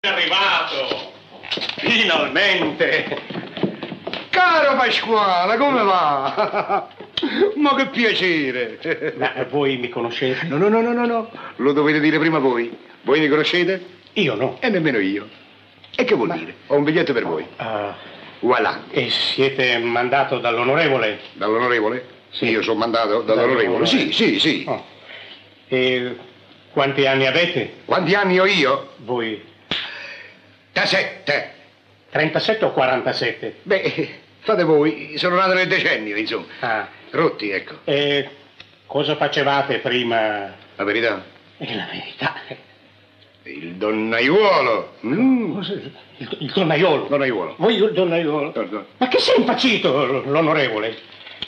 È arrivato! Finalmente! Caro Pasquale, come va? Ma che piacere! Ma voi mi conoscete? No, no, no, no, no, no, lo dovete dire prima voi. Voi mi conoscete? Io no. E nemmeno io. E che vuol dire? Ho un biglietto per voi. Ah, Voilà, e siete mandato dall'onorevole? dall'onorevole? Sì. Io sono mandato dall'onorevole. Ah. Sì, sì, sì. Oh. E quanti anni avete? Quanti anni ho io? Voi? Da sette. 37 o 47? Beh, fate voi, sono nato nel decennio, insomma. Ah, Rotti, ecco. e cosa facevate prima? La verità. È la verità. Il donnaiuolo. Mm. Cosa- Il, il donnaiolo. Donnaiuolo. Voi il donnaiolo? Pardon. Ma che sei impacito, l- l'onorevole?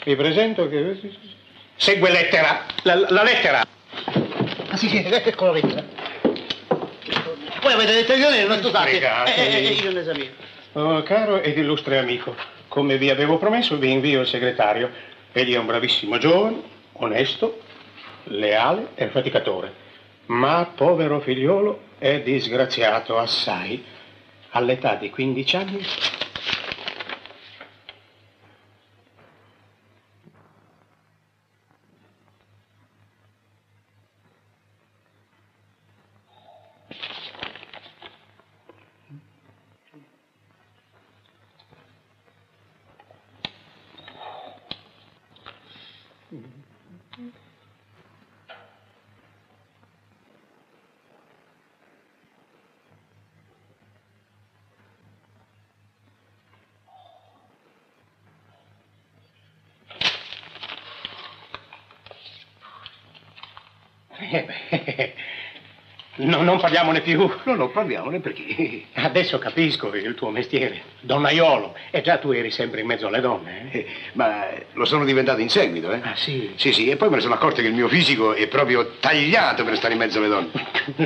Vi presento che... Segue lettera. La, la lettera. Eh, Ah, sì, sì, ecco la lettera. Voi avete detto io non scusate. Pregate. Eh, eh, eh, io non esamino. Oh, caro ed illustre amico, come vi avevo promesso vi invio il segretario. Egli è un bravissimo giovane, onesto, leale e faticatore. Ma povero figliolo è disgraziato assai. All'età di 15 anni... Eh, beh, no, non parliamone più. No, no, parliamone perché... Adesso capisco il tuo mestiere, donnaiolo. E già tu eri sempre in mezzo alle donne, eh? Eh, Ma lo sono diventato in seguito, eh? Ah, sì? Sì, sì, e poi me ne sono accorto che il mio fisico è proprio tagliato per stare in mezzo alle donne.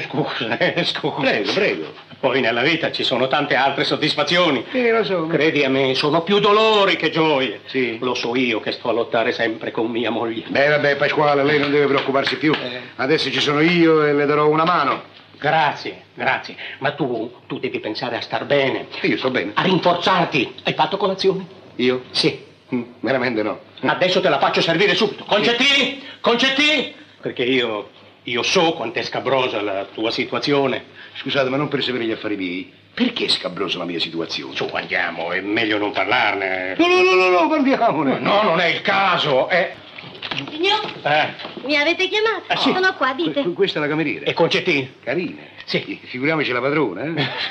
Scusa, eh, scusa. Prego, prego. Poi nella vita ci sono tante altre soddisfazioni. Eh, lo so. Credi a me, sono più dolori che gioie. Sì. Lo so io che sto a lottare sempre con mia moglie. Beh, vabbè, Pasquale, lei non deve preoccuparsi più. Eh. Adesso ci sono io e le darò una mano. Grazie, grazie. Ma tu, tu devi pensare a star bene, E io sto bene. a rinforzarti. Hai fatto colazione? Io? Sì. Mm, Veramente no. Adesso te la faccio servire subito. Concettini? Concettini? Perché io, io so quant'è scabrosa la tua situazione. Scusate, ma non per sapere gli affari miei. Perché è scabrosa la mia situazione? Su, andiamo, è meglio non parlarne. No, no, no, no, no, parliamone. No, non è il caso. È... Signor, Eh. mi avete chiamato? Ah, sì. Sono qua, dite. Que- Questa è la cameriera. E Concettini? Carina. Eh. Sì. Figuriamoci la padrona,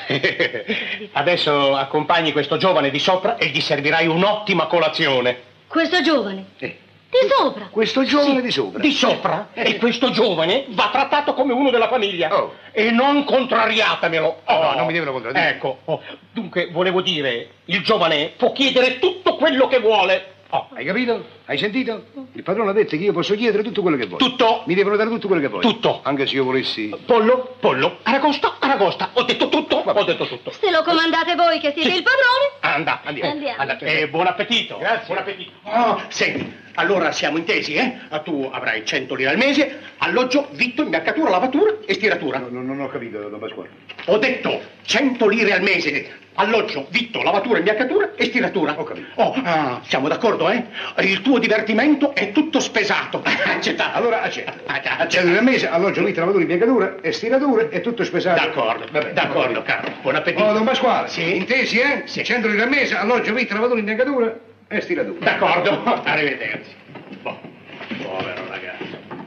eh? Adesso accompagni questo giovane di sopra e gli servirai un'ottima colazione. Questo giovane, Eh, di sopra. Questo giovane di sopra. Di sopra? E questo giovane va trattato come uno della famiglia. Oh. E non contrariatemelo. No, no, non mi devono contraddire. Ecco, oh, dunque volevo dire, il giovane può chiedere tutto quello che vuole. Oh, Hai capito? Hai sentito? Il padrone ha detto che io posso chiedere tutto quello che voglio. Tutto. Mi devono dare tutto quello che voglio. Tutto. Anche se io volessi. Pollo, pollo, aragosta, aragosta. Ho detto tutto, Vabbè. ho detto tutto. Se lo comandate voi che siete Sì. il padrone, Anda, andiamo. Andiamo. Anda. Eh, buon appetito. Grazie. Buon appetito. Oh, senti, allora siamo intesi, eh? Ah, Tu avrai 100 lire al mese, alloggio, vitto, imbiancatura, lavatura e stiratura. Ah, No, no, non ho capito, Don Pasquale. Ho detto 100 lire al mese, alloggio, vitto, lavatura, imbiancatura e stiratura. Ho capito. Oh, ah, siamo d'accordo, eh? Il tuo divertimento è tutto spesato. Accettato. Allora accetto. Acc- Accedo Accettato. nel mese, alloggio, vita, lavatura, impiancatura e stirature e tutto spesato. D'accordo, Vabbè, d'accordo, caro. Buon appetito. Oh, Don Pasquale. Sì. Intesi, eh? Sì. 100 lire al mese, alloggio, vita, lavatura, imbiancatura e stiratura. D'accordo. Arrivederci. Boh,